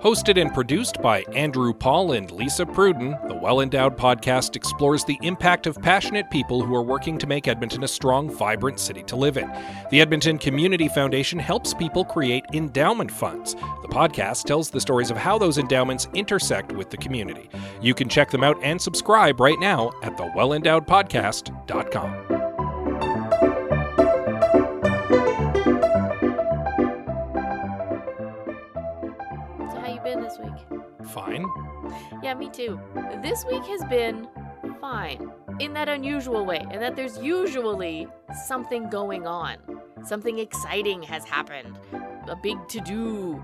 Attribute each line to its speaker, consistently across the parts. Speaker 1: Hosted and produced by Andrew Paul and Lisa Pruden, the Well Endowed podcast explores the impact of passionate people who are working to make Edmonton a strong, vibrant city to live in. The Edmonton Community Foundation helps people create endowment funds. The podcast tells the stories of how those endowments intersect with the community. You can check them out and subscribe right now at thewellendowedpodcast.com.
Speaker 2: So how you been this week?
Speaker 1: Fine.
Speaker 2: Yeah, me too. This week has been fine in that unusual way, in that there's usually something going on. Something exciting has happened. A big to do.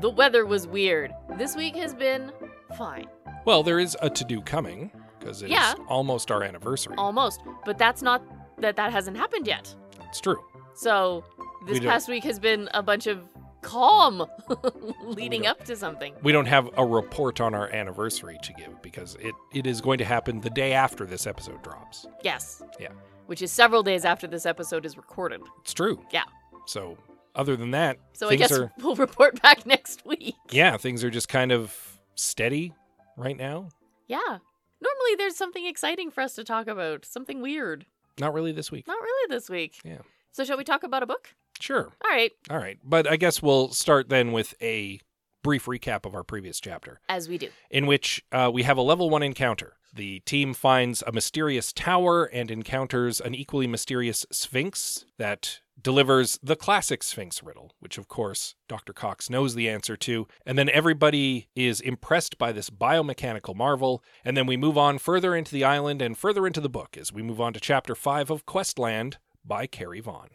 Speaker 2: The weather was weird. This week has been fine.
Speaker 1: Well, there is a to do coming because it's
Speaker 2: Yeah.
Speaker 1: almost our anniversary.
Speaker 2: Almost. But that's not that that hasn't happened yet.
Speaker 1: it's true.
Speaker 2: So
Speaker 1: We
Speaker 2: this
Speaker 1: don't-
Speaker 2: past week has been a bunch of calm leading
Speaker 1: don't-
Speaker 2: up to something.
Speaker 1: We don't have a report on our anniversary to give because it, it is going to happen the day after this episode drops.
Speaker 2: Yes.
Speaker 1: Yeah.
Speaker 2: Which is several days after this episode is recorded.
Speaker 1: It's true.
Speaker 2: Yeah.
Speaker 1: So, other than that,
Speaker 2: So
Speaker 1: things
Speaker 2: I guess
Speaker 1: are
Speaker 2: we'll report back next week.
Speaker 1: yeah, things are just kind of steady right now.
Speaker 2: Yeah. Normally there's something exciting for us to talk about, something weird.
Speaker 1: Not really this week.
Speaker 2: Not really this week.
Speaker 1: Yeah.
Speaker 2: So shall we talk about a book?
Speaker 1: Sure.
Speaker 2: All right.
Speaker 1: All right. But I guess we'll start then with a brief recap of our previous chapter.
Speaker 2: As we do.
Speaker 1: in which uh, we have a level one encounter. The team finds a mysterious tower and encounters an equally mysterious Sphinx that delivers the classic Sphinx riddle, which of course Dr. Cox knows the answer to. And then everybody is impressed by this biomechanical marvel. And then we move on further into the island and further into the book as we move on to chapter five of Questland by Carrie Vaughn.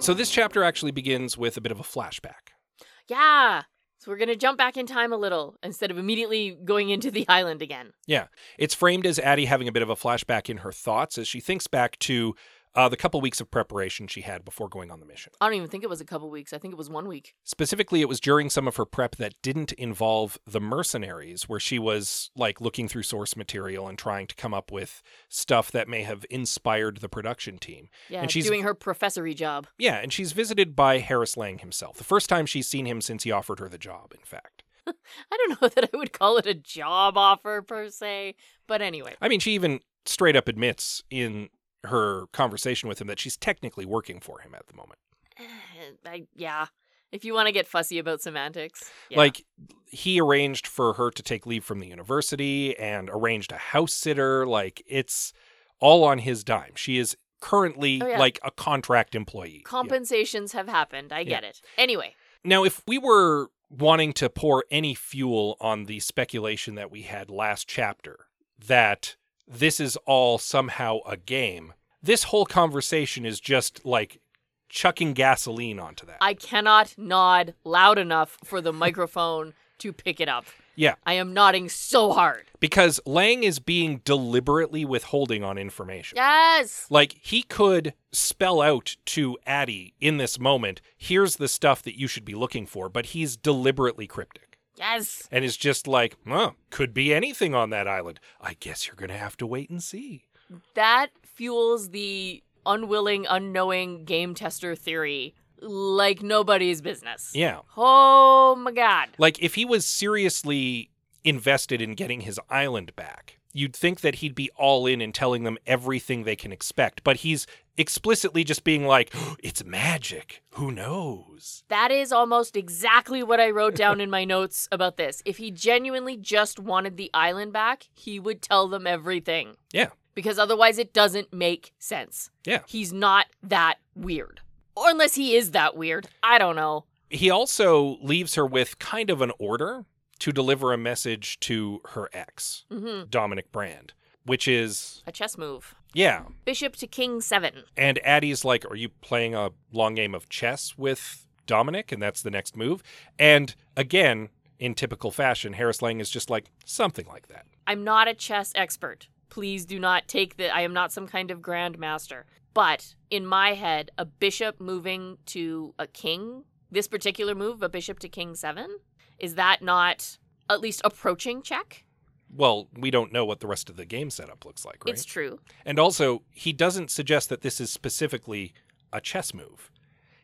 Speaker 1: So this chapter actually begins with a bit of a flashback.
Speaker 2: Yeah. So we're gonna jump back in time a little instead of immediately going into the island again.
Speaker 1: Yeah. It's framed as Addie having a bit of a flashback in her thoughts as she thinks back to uh, the couple weeks of preparation she had before going on the mission.
Speaker 2: I don't even think it was a couple weeks. I think it was one week.
Speaker 1: Specifically, it was during some of her prep that didn't involve the mercenaries, where she was like looking through source material and trying to come up with stuff that may have inspired the production team.
Speaker 2: Yeah,
Speaker 1: And she's-
Speaker 2: doing her professory job.
Speaker 1: Yeah, and she's visited by Harris Lang himself, the first time she's seen him since he offered her the job, in fact.
Speaker 2: I don't know that I would call it a job offer per se, but anyway.
Speaker 1: I mean, she even straight up admits in her conversation with him that she's technically working for him at the moment.
Speaker 2: I, yeah. If you want to get fussy about semantics, yeah.
Speaker 1: Like he arranged for her to take leave from the university and arranged a house sitter. Like it's all on his dime. She is currently
Speaker 2: Oh, yeah.
Speaker 1: like a contract employee. Yeah.
Speaker 2: compensations have happened. I get it. Anyway,
Speaker 1: Now, if we were wanting to pour any fuel on the speculation that we had last chapter that this is all somehow a game, this whole conversation is just like chucking gasoline onto that.
Speaker 2: I cannot nod loud enough for the microphone to pick it up.
Speaker 1: Yeah.
Speaker 2: I am nodding so hard.
Speaker 1: because Lang is being deliberately withholding on information.
Speaker 2: Yes.
Speaker 1: Like he could spell out to Addie in this moment, here's the stuff that you should be looking for, but he's deliberately cryptic
Speaker 2: Yes.
Speaker 1: and is just like, huh, could be anything on that island. I guess you're gonna have to wait and see.
Speaker 2: That fuels the unwilling, unknowing game tester theory like nobody's business.
Speaker 1: Yeah.
Speaker 2: Oh my God.
Speaker 1: Like if he was seriously invested in getting his island back, you'd think that he'd be all in and telling them everything they can expect, but he's explicitly just being like, it's magic. Who knows?
Speaker 2: That is almost exactly what I wrote down in my notes about this. If he genuinely just wanted the island back, he would tell them everything.
Speaker 1: Yeah.
Speaker 2: Because otherwise, it doesn't make sense.
Speaker 1: Yeah.
Speaker 2: He's not that weird. Or unless he is that weird. I don't know.
Speaker 1: he also leaves her with kind of an order to deliver a message to her ex,
Speaker 2: hmm
Speaker 1: Dominic Brand, which is,
Speaker 2: A chess move.
Speaker 1: yeah.
Speaker 2: Bishop to king seven.
Speaker 1: And Addie's like, Are you playing a long game of chess with Dominic? And that's the next move. And again, in typical fashion, Harris Lang is just like, Something like that.
Speaker 2: I'm not a chess expert. Please do not take that. I am not some kind of grandmaster. But in my head, a bishop moving to a king, this particular move, a bishop to king seven, is that not at least approaching check?
Speaker 1: Well, we don't know what the rest of the game setup looks like, right?
Speaker 2: It's true.
Speaker 1: And also, he doesn't suggest that this is specifically a chess move.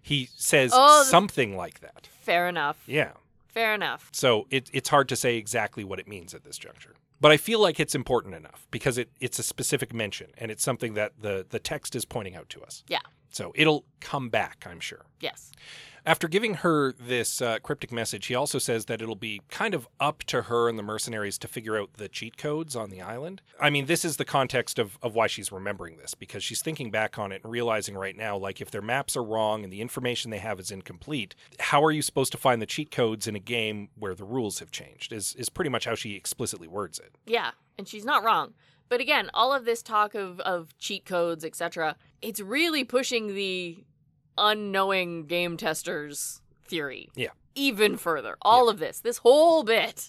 Speaker 1: He says
Speaker 2: Oh, th-
Speaker 1: something like that.
Speaker 2: Fair enough.
Speaker 1: Yeah.
Speaker 2: Fair enough.
Speaker 1: So it, it's hard to say exactly what it means at this juncture. But I feel like it's important enough because it, it's a specific mention and it's something that the, the text is pointing out to us.
Speaker 2: Yeah.
Speaker 1: So it'll come back, I'm sure.
Speaker 2: Yes.
Speaker 1: After giving her this uh, cryptic message, he also says that it'll be kind of up to her and the mercenaries to figure out the cheat codes on the island. I mean, this is the context of, of why she's remembering this, because she's thinking back on it and realizing right now, like, if their maps are wrong and the information they have is incomplete, how are you supposed to find the cheat codes in a game where the rules have changed? Is, is pretty much how she explicitly words it.
Speaker 2: Yeah, and she's not wrong. But again, all of this talk of of cheat codes, etc., it's really pushing the unknowing game testers theory.
Speaker 1: Yeah.
Speaker 2: Even further. All of this, this whole bit.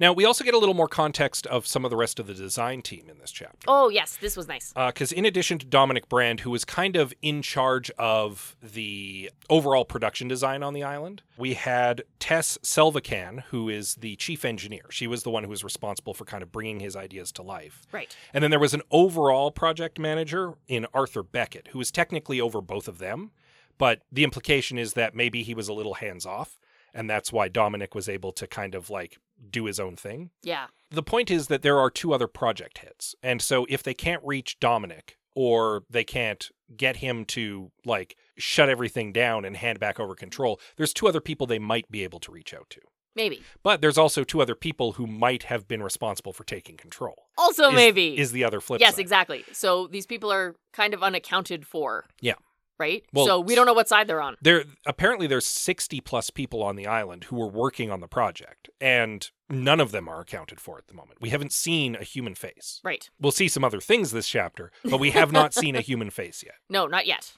Speaker 1: Now, we also get a little more context of some of the rest of the design team in this chapter.
Speaker 2: Oh, yes, this was nice.
Speaker 1: because Uh, in addition to Dominic Brand, who was kind of in charge of the overall production design on the island, we had Tess Selvacan, who is the chief engineer. She was the one who was responsible for kind of bringing his ideas to life.
Speaker 2: Right.
Speaker 1: And then there was an overall project manager in Arthur Beckett, who was technically over both of them, but the implication is that maybe he was a little hands off, and that's why Dominic was able to kind of like do his own thing.
Speaker 2: Yeah.
Speaker 1: The point is that there are two other project heads. And so if they can't reach Dominic or they can't get him to like shut everything down and hand back over control, there's two other people they might be able to reach out to.
Speaker 2: Maybe.
Speaker 1: But there's also two other people who might have been responsible for taking control.
Speaker 2: Also,
Speaker 1: is-
Speaker 2: maybe.
Speaker 1: Is the other flip
Speaker 2: yes,
Speaker 1: side.
Speaker 2: exactly. So these people are kind of unaccounted for.
Speaker 1: Yeah.
Speaker 2: Right?
Speaker 1: Well,
Speaker 2: so we don't know what side they're on.
Speaker 1: There apparently there's 60 plus people on the island who were working on the project and none of them are accounted for at the moment. We haven't seen a human face.
Speaker 2: Right.
Speaker 1: We'll see some other things this chapter, but we have not seen a human face yet.
Speaker 2: No, not yet.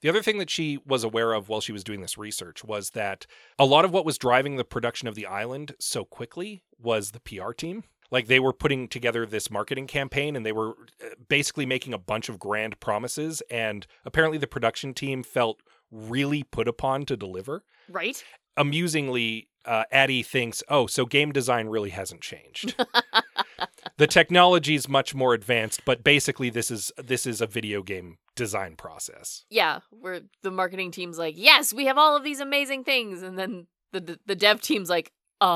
Speaker 1: The other thing that she was aware of while she was doing this research was that a lot of what was driving the production of The Island so quickly was the PR team. Like they were putting together this marketing campaign and they were uh, basically making a bunch of grand promises. And apparently the production team felt really put upon to deliver.
Speaker 2: Right?
Speaker 1: Amusingly, uh, Addie thinks, oh, so game design really hasn't changed. the technology is much more advanced, but basically this is this is a video game design process.
Speaker 2: yeah, where the marketing team's like, "Yes, we have all of these amazing things," and then the the, the dev team's like,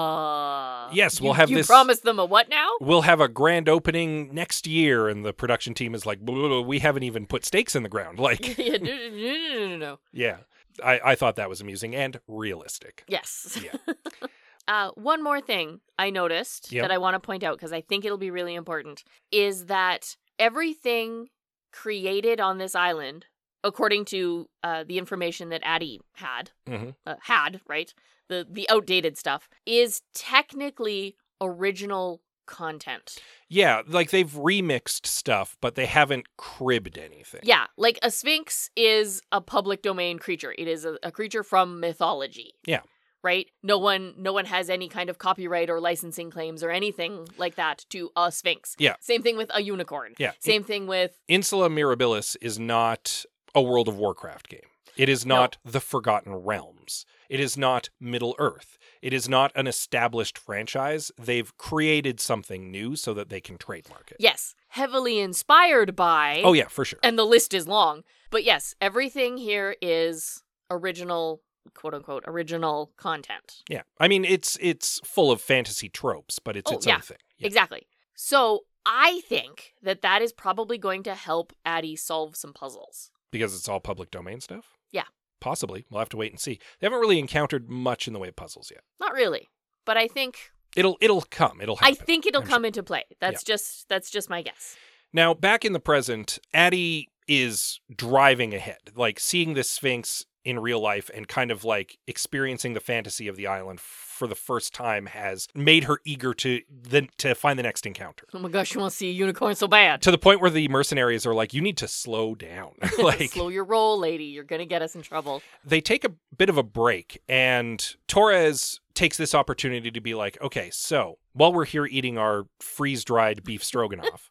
Speaker 2: "Uh,
Speaker 1: Yes,
Speaker 2: you-
Speaker 1: we'll have
Speaker 2: you
Speaker 1: this-
Speaker 2: promised them a what now?
Speaker 1: we'll have a grand opening next year and the production team is like "Blah, blah, blah, we haven't even put stakes in the ground like
Speaker 2: yeah, no, no, no, no, no, no.
Speaker 1: yeah I, I thought that was amusing and realistic
Speaker 2: Yes.
Speaker 1: Yeah.
Speaker 2: uh, one more thing I noticed
Speaker 1: Yep.
Speaker 2: that I want to point out because I think it'll be really important is that everything created on this island, according to uh, the information that Addie had,
Speaker 1: Mhm.
Speaker 2: uh, had right the the outdated stuff is technically original content.
Speaker 1: yeah like they've remixed stuff but they haven't cribbed anything
Speaker 2: Yeah, like a sphinx is a public domain creature. It is a, a creature from mythology.
Speaker 1: Yeah.
Speaker 2: Right? No one no one has any kind of copyright or licensing claims or anything like that to a sphinx.
Speaker 1: Yeah.
Speaker 2: Same thing with a unicorn.
Speaker 1: yeah
Speaker 2: Same thing with
Speaker 1: insula mirabilis is not a world of warcraft game it is not the forgotten realms it is not middle earth it is not an established franchise they've created something new so that they can trademark it
Speaker 2: yes, heavily inspired by
Speaker 1: oh yeah for sure
Speaker 2: and the list is long. But yes, everything here is original quote unquote original content.
Speaker 1: Yeah, I mean it's it's full of fantasy tropes, but it's
Speaker 2: Oh,
Speaker 1: its
Speaker 2: yeah.
Speaker 1: own thing. Yeah.
Speaker 2: Exactly. So I think that that is probably going to help Addie solve some puzzles.
Speaker 1: Because it's all public domain stuff.
Speaker 2: Yeah.
Speaker 1: possibly. We'll have to wait and see. They haven't really encountered much in the way of puzzles yet.
Speaker 2: Not really, but I think
Speaker 1: It'll it'll come. It'll happen.
Speaker 2: I think it'll
Speaker 1: I'm
Speaker 2: come into play. That's just that's just my guess.
Speaker 1: Now, back in the present, Addie is driving ahead, like seeing this Sphinx in real life and kind of like experiencing the fantasy of the island for the first time has made her eager to then to find the next encounter.
Speaker 2: Oh my gosh, she wants to see a unicorn so bad.
Speaker 1: To the point where the mercenaries are like, "You need to slow down." like
Speaker 2: Slow your roll, lady. You're going to get us in trouble.
Speaker 1: they take a bit of a break and Torres takes this opportunity to be like, okay, so while we're here eating our freeze dried beef stroganoff,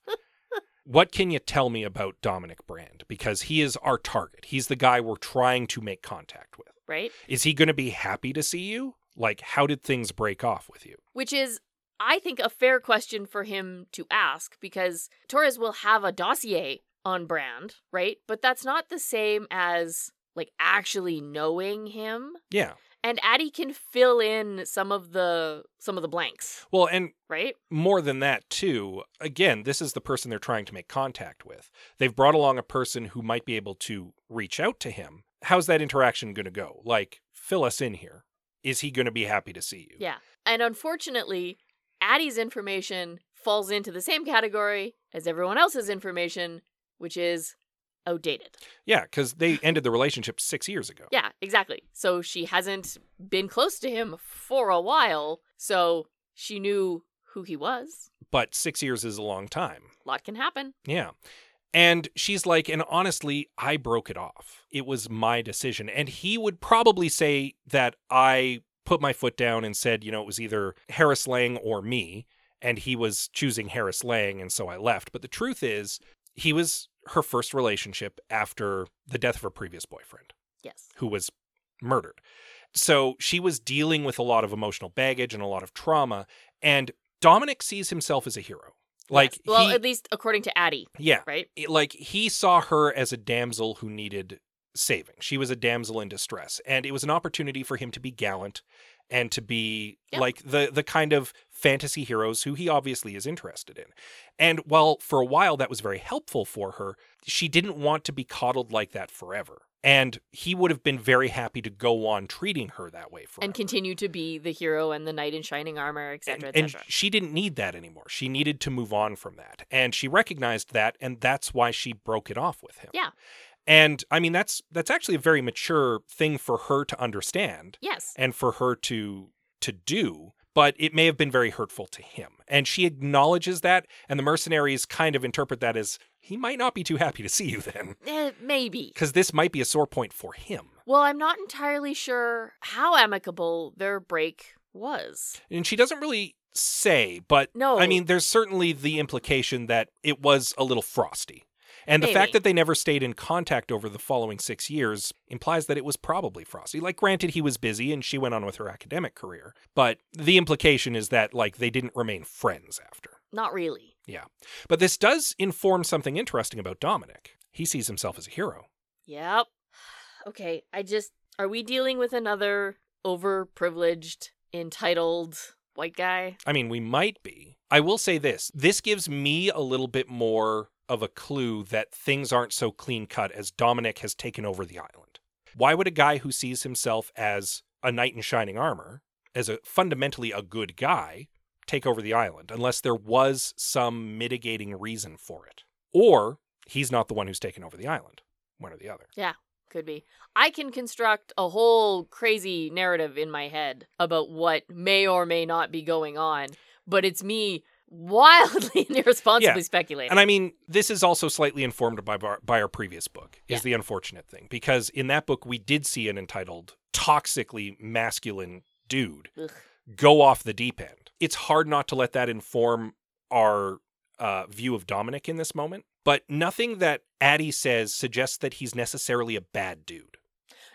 Speaker 1: what can you tell me about Dominic Brand? Because he is our target. He's the guy we're trying to make contact with.
Speaker 2: Right?
Speaker 1: Is he going to be happy to see you? Like, how did things break off with you?
Speaker 2: Which is, I think, a fair question for him to ask because Torres will have a dossier on Brand, right? But that's not the same as like actually knowing him.
Speaker 1: Yeah.
Speaker 2: And Addie can fill in some of the some of the blanks,
Speaker 1: Well, and
Speaker 2: right?
Speaker 1: more than that too again this is the person they're trying to make contact with they've brought along a person who might be able to reach out to him how's that interaction going to go like fill us in here is he going to be happy to see you
Speaker 2: Yeah. And unfortunately, Addie's information falls into the same category as everyone else's information, which is outdated.
Speaker 1: yeah because they ended the relationship six years ago
Speaker 2: Yeah, exactly. So she hasn't been close to him for a while, so she knew who he was.
Speaker 1: but six years is a long time
Speaker 2: A lot can happen.
Speaker 1: Yeah. And she's like, and honestly, I broke it off. It was my decision. And he would probably say that I put my foot down and said, you know, it was either Harris Lang or me. And he was choosing Harris Lang. And so I left. But the truth is, he was her first relationship after the death of her previous boyfriend,
Speaker 2: Yes.
Speaker 1: who was murdered. So she was dealing with a lot of emotional baggage and a lot of trauma. And Dominic sees himself as a hero. Like,
Speaker 2: Yes. well,
Speaker 1: he-
Speaker 2: at least according to Addie,
Speaker 1: yeah
Speaker 2: right?
Speaker 1: it- like he saw her as a damsel who needed saving. She was a damsel in distress, and it was an opportunity for him to be gallant and to be
Speaker 2: Yeah.
Speaker 1: like the the kind of fantasy heroes who he obviously is interested in. And while for a while that was very helpful for her, she didn't want to be coddled like that forever. And he would have been very happy to go on treating her that way forever.
Speaker 2: And continue to be the hero and the knight in shining armor,
Speaker 1: And,
Speaker 2: etc.,
Speaker 1: and
Speaker 2: etc.
Speaker 1: she didn't need that anymore. She needed to move on from that. And she recognized that and that's why she broke it off with him.
Speaker 2: Yeah.
Speaker 1: And I mean that's that's actually a very mature thing for her to understand
Speaker 2: Yes.
Speaker 1: and for her to to do, but it may have been very hurtful to him. And she acknowledges that and the mercenaries kind of interpret that as he might not be too happy to see you then
Speaker 2: Eh, maybe.
Speaker 1: because this might be a sore point for him.
Speaker 2: Well, I'm not entirely sure how amicable their break was.
Speaker 1: And she doesn't really say, but
Speaker 2: No.
Speaker 1: I mean, there's certainly the implication that it was a little frosty. And the
Speaker 2: Maybe.
Speaker 1: fact that they never stayed in contact over the following six years implies that it was probably frosty. Like, granted, he was busy and she went on with her academic career, but the implication is that, like, they didn't remain friends after.
Speaker 2: Not really.
Speaker 1: But this does inform something interesting about Dominic. He sees himself as a hero.
Speaker 2: Yep. Okay, I just are we dealing with another overprivileged, entitled white guy?
Speaker 1: I mean, we might be. I will say this this gives me a little bit more of a clue that things aren't so clean cut as Dominic has taken over the island. Why would a guy who sees himself as a knight in shining armor, as a fundamentally a good guy, take over the island unless there was some mitigating reason for it? Or he's not the one who's taken over the island, one or the other.
Speaker 2: Could be. I can construct a whole crazy narrative in my head about what may or may not be going on, but it's me wildly and irresponsibly
Speaker 1: Yeah,
Speaker 2: speculating.
Speaker 1: And I mean, this is also slightly informed by our, by our previous book. Is
Speaker 2: Yeah.
Speaker 1: the unfortunate thing because in that book we did see an entitled toxically masculine dude
Speaker 2: Ugh.
Speaker 1: go off the deep end. It's hard not to let that inform our uh, view of Dominic in this moment. But nothing that Addie says suggests that he's necessarily a bad dude.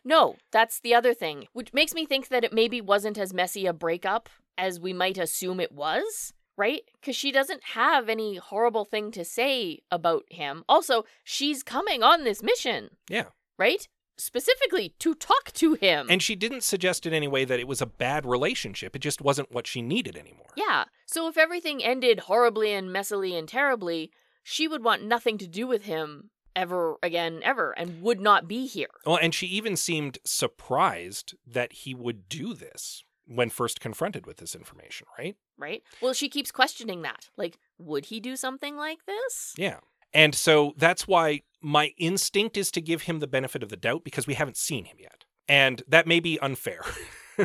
Speaker 2: No, that's the other thing, which makes me think that it maybe wasn't as messy a breakup as we might assume it was, right? Because she doesn't have any horrible thing to say about him. Also, she's coming on this mission.
Speaker 1: Yeah.
Speaker 2: Right? Specifically to talk to him.
Speaker 1: And she didn't suggest in any way that it was a bad relationship. It just wasn't what she needed anymore.
Speaker 2: yeah. So if everything ended horribly and messily and terribly, she would want nothing to do with him ever again, ever, and would not be here.
Speaker 1: Well, and she even seemed surprised that he would do this when first confronted with this information, right?
Speaker 2: Right? Well, she keeps questioning that. Like, would he do something like this?
Speaker 1: Yeah. And so that's why my instinct is to give him the benefit of the doubt because we haven't seen him yet. And that may be unfair.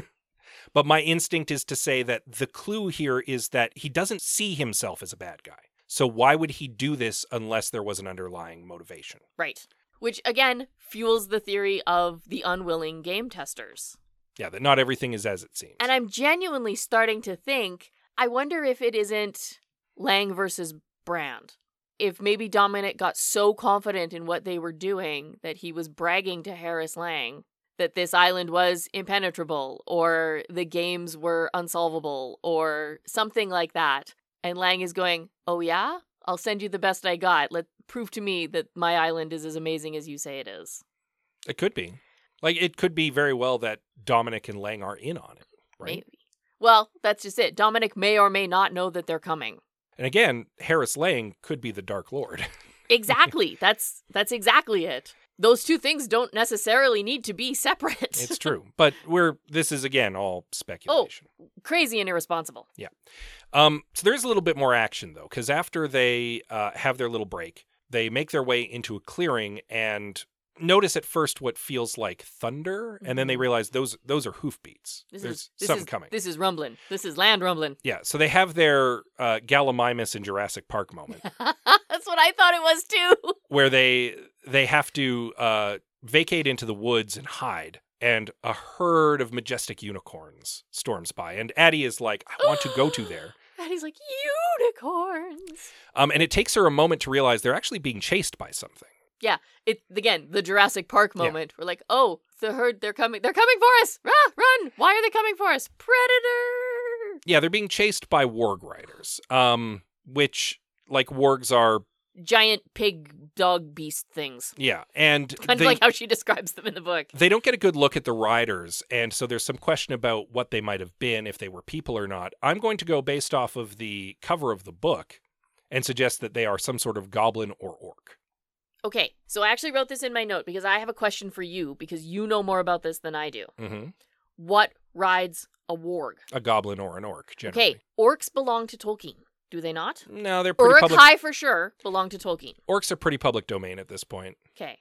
Speaker 1: but my instinct is to say that the clue here is that he doesn't see himself as a bad guy. So why would he do this unless there was an underlying motivation?
Speaker 2: Right. Which again fuels the theory of the unwilling game testers.
Speaker 1: Yeah, that not everything is as it seems.
Speaker 2: And I'm genuinely starting to think I wonder if it isn't Lang versus Brand. If maybe Dominic got so confident in what they were doing that he was bragging to Harris Lang that this island was impenetrable or the games were unsolvable or something like that. And Lang is going, Oh, yeah? I'll send you the best I got. Let prove to me that my island is as amazing as you say it is.
Speaker 1: It could be. Like, it could be very well that Dominic and Lang are in on it, right?
Speaker 2: Maybe. Well, that's just it. Dominic may or may not know that they're coming.
Speaker 1: And again, Harris Lang could be the Dark Lord.
Speaker 2: Exactly. that's that's exactly it. Those two things don't necessarily need to be separate.
Speaker 1: it's true. But we're this is again all speculation.
Speaker 2: Oh. Crazy and irresponsible.
Speaker 1: Um, so there's a little bit more action though, because after they uh, have their little break, they make their way into a clearing and notice at first what feels like thunder, and then they realize those those are hoofbeats.
Speaker 2: Mm-hmm. This
Speaker 1: there's
Speaker 2: is this
Speaker 1: something
Speaker 2: is,
Speaker 1: coming.
Speaker 2: This is rumbling. This is land rumbling.
Speaker 1: yeah, so they have their uh, Gallimimus in Jurassic Park moment,
Speaker 2: That's what I thought it was too.
Speaker 1: where they they have to uh, vacate into the woods and hide. And a herd of majestic unicorns storms by, and Addie is like, "I want to go to there."
Speaker 2: And he's like, unicorns.
Speaker 1: Um, and it takes her a moment to realize they're actually being chased by something.
Speaker 2: It again, the Jurassic Park
Speaker 1: Yeah.
Speaker 2: moment. We're like, oh, the herd, they're coming, they're coming for us. Ah, run! Why are they coming for us? Predator.
Speaker 1: yeah, they're being chased by warg riders, um, which like wargs are,
Speaker 2: Giant pig dog beast things.
Speaker 1: yeah, and
Speaker 2: Kind
Speaker 1: they
Speaker 2: of like how she describes them in the book.
Speaker 1: they don't get a good look at the riders, and so there's some question about what they might have been if they were people or not. I'm going to go based off of the cover of the book and suggest that they are some sort of goblin or orc.
Speaker 2: Okay, so I actually wrote this in my note because I have a question for you because you know more about this than I do.
Speaker 1: hmm
Speaker 2: What rides a warg?
Speaker 1: A goblin or an orc, generally.
Speaker 2: Okay, orcs belong to Tolkien, do they not?
Speaker 1: No, they're pretty
Speaker 2: Uruk
Speaker 1: public.
Speaker 2: Hai for sure belong to Tolkien.
Speaker 1: Orcs are pretty public domain at this point.
Speaker 2: Okay,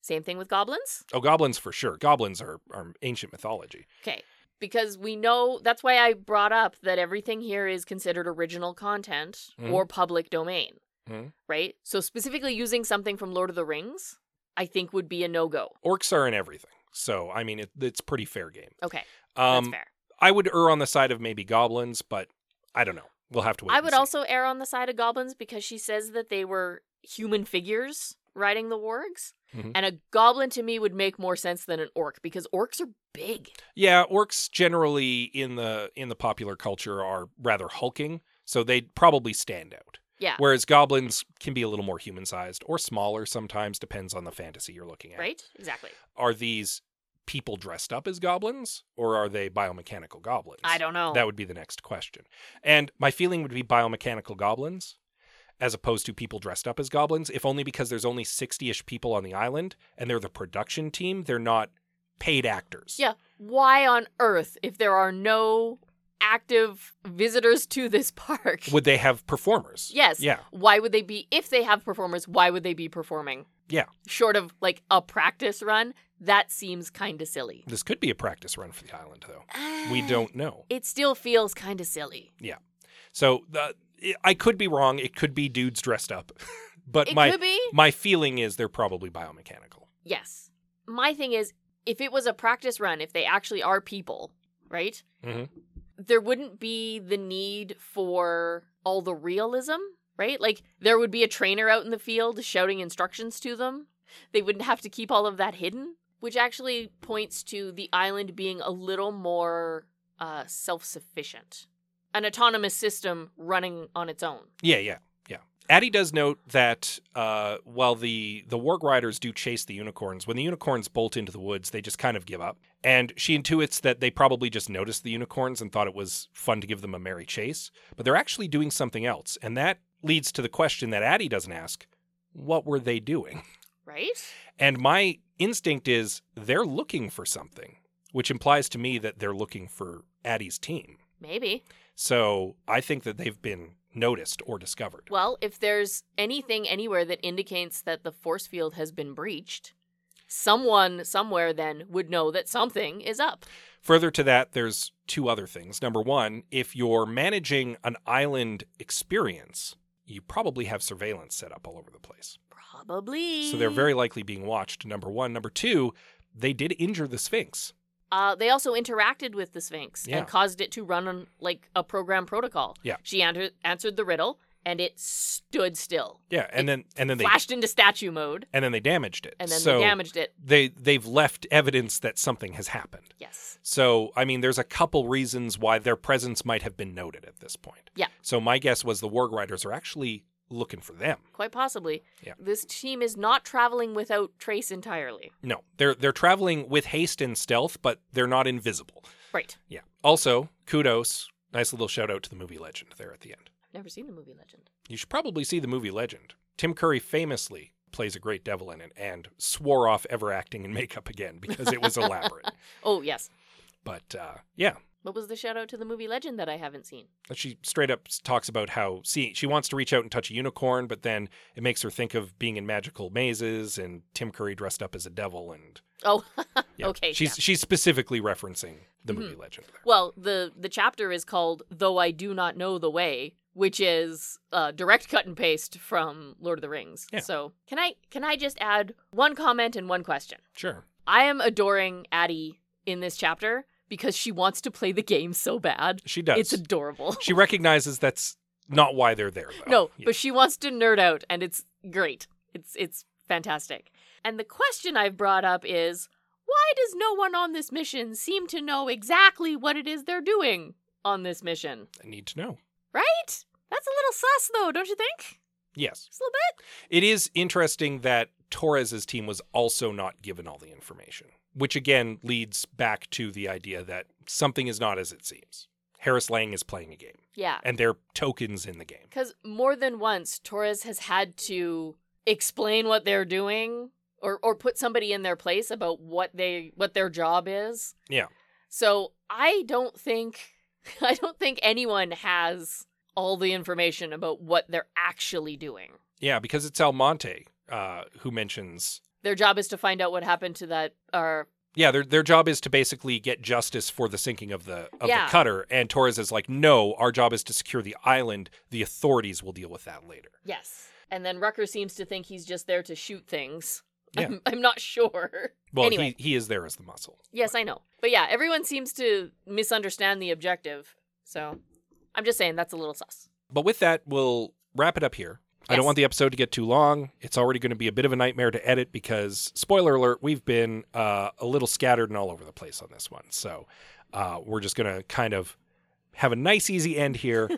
Speaker 2: same thing with goblins.
Speaker 1: Oh, goblins for sure. Goblins are, are ancient mythology.
Speaker 2: Okay. Because we know that's why I brought up that everything here is considered original content
Speaker 1: Mhm.
Speaker 2: or public domain,
Speaker 1: Mhm.
Speaker 2: right? So, specifically using something from Lord of the Rings, I think would be a no go.
Speaker 1: Orcs are in everything, so I mean it, it's pretty fair game.
Speaker 2: Okay.
Speaker 1: Um,
Speaker 2: that's fair.
Speaker 1: I would err on the side of maybe goblins, but I don't know. We'll have to wait.
Speaker 2: I
Speaker 1: and
Speaker 2: would
Speaker 1: see.
Speaker 2: also err on the side of goblins because she says that they were human figures riding the wargs.
Speaker 1: Mhm.
Speaker 2: And a goblin to me would make more sense than an orc because orcs are big.
Speaker 1: Yeah, orcs generally in the in the popular culture are rather hulking, so they probably stand out.
Speaker 2: Yeah.
Speaker 1: Whereas goblins can be a little more human sized or smaller sometimes, depends on the fantasy you're looking at.
Speaker 2: Right? Exactly.
Speaker 1: Are these people dressed up as goblins or are they biomechanical goblins?
Speaker 2: I don't know.
Speaker 1: That would be the next question. And my feeling would be biomechanical goblins as opposed to people dressed up as goblins, if only because there's only 60 ish people on the island and they're the production team. They're not paid actors.
Speaker 2: Yeah. Why on earth, if there are no active visitors to this park?
Speaker 1: Would they have performers?
Speaker 2: yes.
Speaker 1: Yeah.
Speaker 2: Why would they be, if they have performers, why would they be performing?
Speaker 1: Yeah.
Speaker 2: Short of like a practice run, that seems kind of silly.
Speaker 1: This could be a practice run for the island, though. We don't know.
Speaker 2: It still feels kind of silly.
Speaker 1: So the, I could be wrong. It could be dudes dressed up, but
Speaker 2: it
Speaker 1: my
Speaker 2: could be.
Speaker 1: my feeling is they're probably biomechanical.
Speaker 2: Yes. My thing is, if it was a practice run, if they actually are people, right?
Speaker 1: Mhm.
Speaker 2: There wouldn't be the need for all the realism, right? Like, there would be a trainer out in the field shouting instructions to them. They wouldn't have to keep all of that hidden, which actually points to the island being a little more uh, self sufficient, an autonomous system running on its own.
Speaker 1: Yeah, yeah, yeah. Addie does note that uh, while the the warg riders do chase the unicorns, when the unicorns bolt into the woods, they just kind of give up. And she intuits that they probably just noticed the unicorns and thought it was fun to give them a merry chase, but they're actually doing something else, and that leads to the question that Addie doesn't ask: What were they doing?
Speaker 2: Right?
Speaker 1: And my instinct is they're looking for something, which implies to me that they're looking for Addie's team.
Speaker 2: Maybe.
Speaker 1: So I think that they've been noticed or discovered.
Speaker 2: Well, if there's anything anywhere that indicates that the force field has been breached, someone somewhere then would know that something is up.
Speaker 1: Further to that, there's two other things. Number one, if you're managing an island experience, you probably have surveillance set up all over the place.
Speaker 2: Probably.
Speaker 1: So they're very likely being watched, number one. Number two, they did injure the Sphinx.
Speaker 2: Uh, they also interacted with the Sphinx
Speaker 1: Yeah.
Speaker 2: and caused it to run on like a program protocol.
Speaker 1: Yeah.
Speaker 2: She answer- answered the riddle and it stood still,
Speaker 1: Yeah, and then and then they
Speaker 2: flashed into statue mode,
Speaker 1: and then they damaged it.
Speaker 2: and then
Speaker 1: so
Speaker 2: they damaged it.
Speaker 1: they they've left evidence that something has happened.
Speaker 2: Yes.
Speaker 1: So, I mean, there's a couple reasons why their presence might have been noted at this point.
Speaker 2: Yeah.
Speaker 1: So my guess was the Warg Riders are actually looking for them.
Speaker 2: Quite possibly.
Speaker 1: Yeah.
Speaker 2: This team is not traveling without trace entirely.
Speaker 1: No, they're they're traveling with haste and stealth, but they're not invisible.
Speaker 2: Right.
Speaker 1: Yeah. Also, kudos. Nice little shout out to the movie Legend there at the end.
Speaker 2: I've never seen the movie Legend.
Speaker 1: You should probably see the movie Legend. Tim Curry famously plays a great devil in it and swore off ever acting in makeup again because it was elaborate.
Speaker 2: Oh, yes.
Speaker 1: But uh, yeah,
Speaker 2: What was the shout out to the movie Legend that I haven't seen?
Speaker 1: But she straight up talks about how see she wants to reach out and touch a unicorn, but then it makes her think of being in magical mazes and Tim Curry dressed up as a devil and
Speaker 2: Oh,
Speaker 1: yeah.
Speaker 2: okay.
Speaker 1: She's
Speaker 2: yeah. Mm-hmm.
Speaker 1: she's specifically referencing the movie Legend. There.
Speaker 2: Well, the the chapter is called "Though I Do Not Know the Way," which is uh, direct cut and paste from Lord of the Rings.
Speaker 1: Yeah.
Speaker 2: So, can I can I just add one comment and one question?
Speaker 1: Sure.
Speaker 2: I am adoring Addie in this chapter because she wants to play the game so bad.
Speaker 1: She does.
Speaker 2: It's adorable.
Speaker 1: she recognizes that's not why they're there though.
Speaker 2: no,
Speaker 1: Oh, Yeah.
Speaker 2: but she wants to nerd out, and it's great. It's it's fantastic. And the question I've brought up is, why does no one on this mission seem to know exactly what it is they're doing on this mission?
Speaker 1: I need to know.
Speaker 2: Right? That's a little sus, though, don't you think?
Speaker 1: Yes.
Speaker 2: Just a little bit.
Speaker 1: It is interesting that Torres's team was also not given all the information, which again leads back to the idea that something is not as it seems. Harris Lang is playing a game
Speaker 2: Yeah.
Speaker 1: and they're tokens in the game.
Speaker 2: Because more than once, Torres has had to explain what they're doing or, or put somebody in their place about what they what their job is.
Speaker 1: Yeah.
Speaker 2: So I don't think I don't think anyone has all the information about what they're actually doing.
Speaker 1: Yeah, because it's Almonte uh, who mentions.
Speaker 2: Their job is to find out what happened to that uh, or
Speaker 1: Yeah, their their job is to basically get justice for the sinking of the of
Speaker 2: Yeah.
Speaker 1: the cutter, and Torres is like, "No, our job is to secure the island. The authorities will deal with that later."
Speaker 2: yes. And then Rucker seems to think he's just there to shoot things.
Speaker 1: Yeah.
Speaker 2: I'm, I'm not sure.
Speaker 1: Well,
Speaker 2: Anyway.
Speaker 1: he he is there as the muscle.
Speaker 2: Yes, I know. But yeah, everyone seems to misunderstand the objective. So I'm just saying that's a little sus.
Speaker 1: But with that, we'll wrap it up here. I
Speaker 2: Yes.
Speaker 1: don't want the episode to get too long. It's already going to be a bit of a nightmare to edit because, spoiler alert, we've been uh, a little scattered and all over the place on this one. So uh, we're just going to kind of have a nice, easy end here.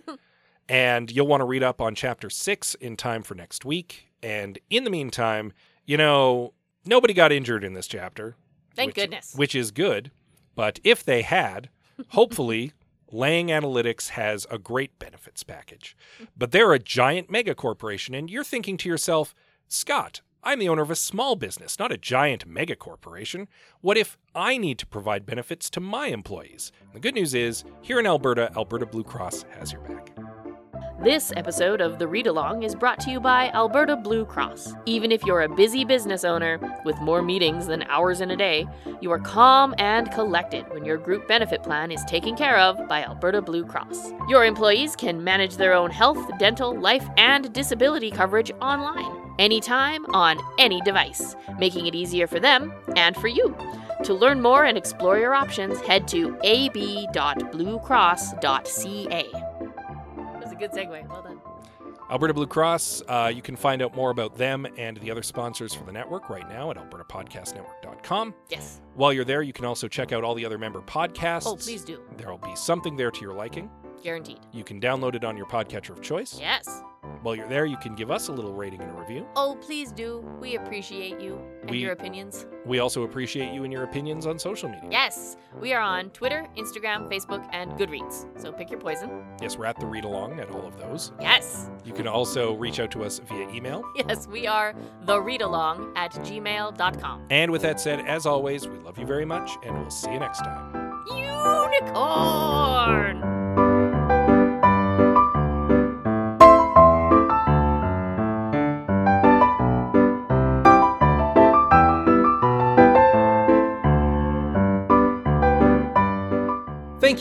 Speaker 1: and you'll want to read up on chapter six in time for next week. And in the meantime, you know, nobody got injured in this chapter.
Speaker 2: Thank
Speaker 1: which-
Speaker 2: goodness.
Speaker 1: Which is good. But if they had, hopefully, Lang Analytics has a great benefits package. But they're a giant mega corporation, and you're thinking to yourself, Scott, I'm the owner of a small business, not a giant mega corporation. What if I need to provide benefits to my employees? The good news is, here in Alberta, Alberta Blue Cross has your back.
Speaker 2: This episode of The Read Along is brought to you by Alberta Blue Cross. Even if you're a busy business owner with more meetings than hours in a day, you are calm and collected when your group benefit plan is taken care of by Alberta Blue Cross. Your employees can manage their own health, dental, life, and disability coverage online, anytime, on any device, making it easier for them and for you. To learn more and explore your options, head to ab.bluecross.ca. That was a good segue. Well done.
Speaker 1: Alberta Blue Cross, uh, you can find out more about them and the other sponsors for the network right now at albertapodcastnetwork.com.
Speaker 2: Yes.
Speaker 1: While you're there, you can also check out all the other member podcasts.
Speaker 2: Oh, please do.
Speaker 1: There'll be something there to your liking.
Speaker 2: Guaranteed.
Speaker 1: You can download it on your podcatcher of choice.
Speaker 2: Yes.
Speaker 1: While you're there, you can give us a little rating and a review.
Speaker 2: Oh, please do. We appreciate you and
Speaker 1: We-
Speaker 2: your opinions.
Speaker 1: We also appreciate you and your opinions on social media.
Speaker 2: Yes. We are on Twitter, Instagram, Facebook, and Goodreads. So pick your poison.
Speaker 1: Yes, we're at the read along at all of those.
Speaker 2: Yes.
Speaker 1: You can also reach out to us via email.
Speaker 2: Yes, we are the readalong at gmail.com.
Speaker 1: And with that said, as always, we love you very much, and we'll see you next time.
Speaker 2: Unicorn!
Speaker 1: Thank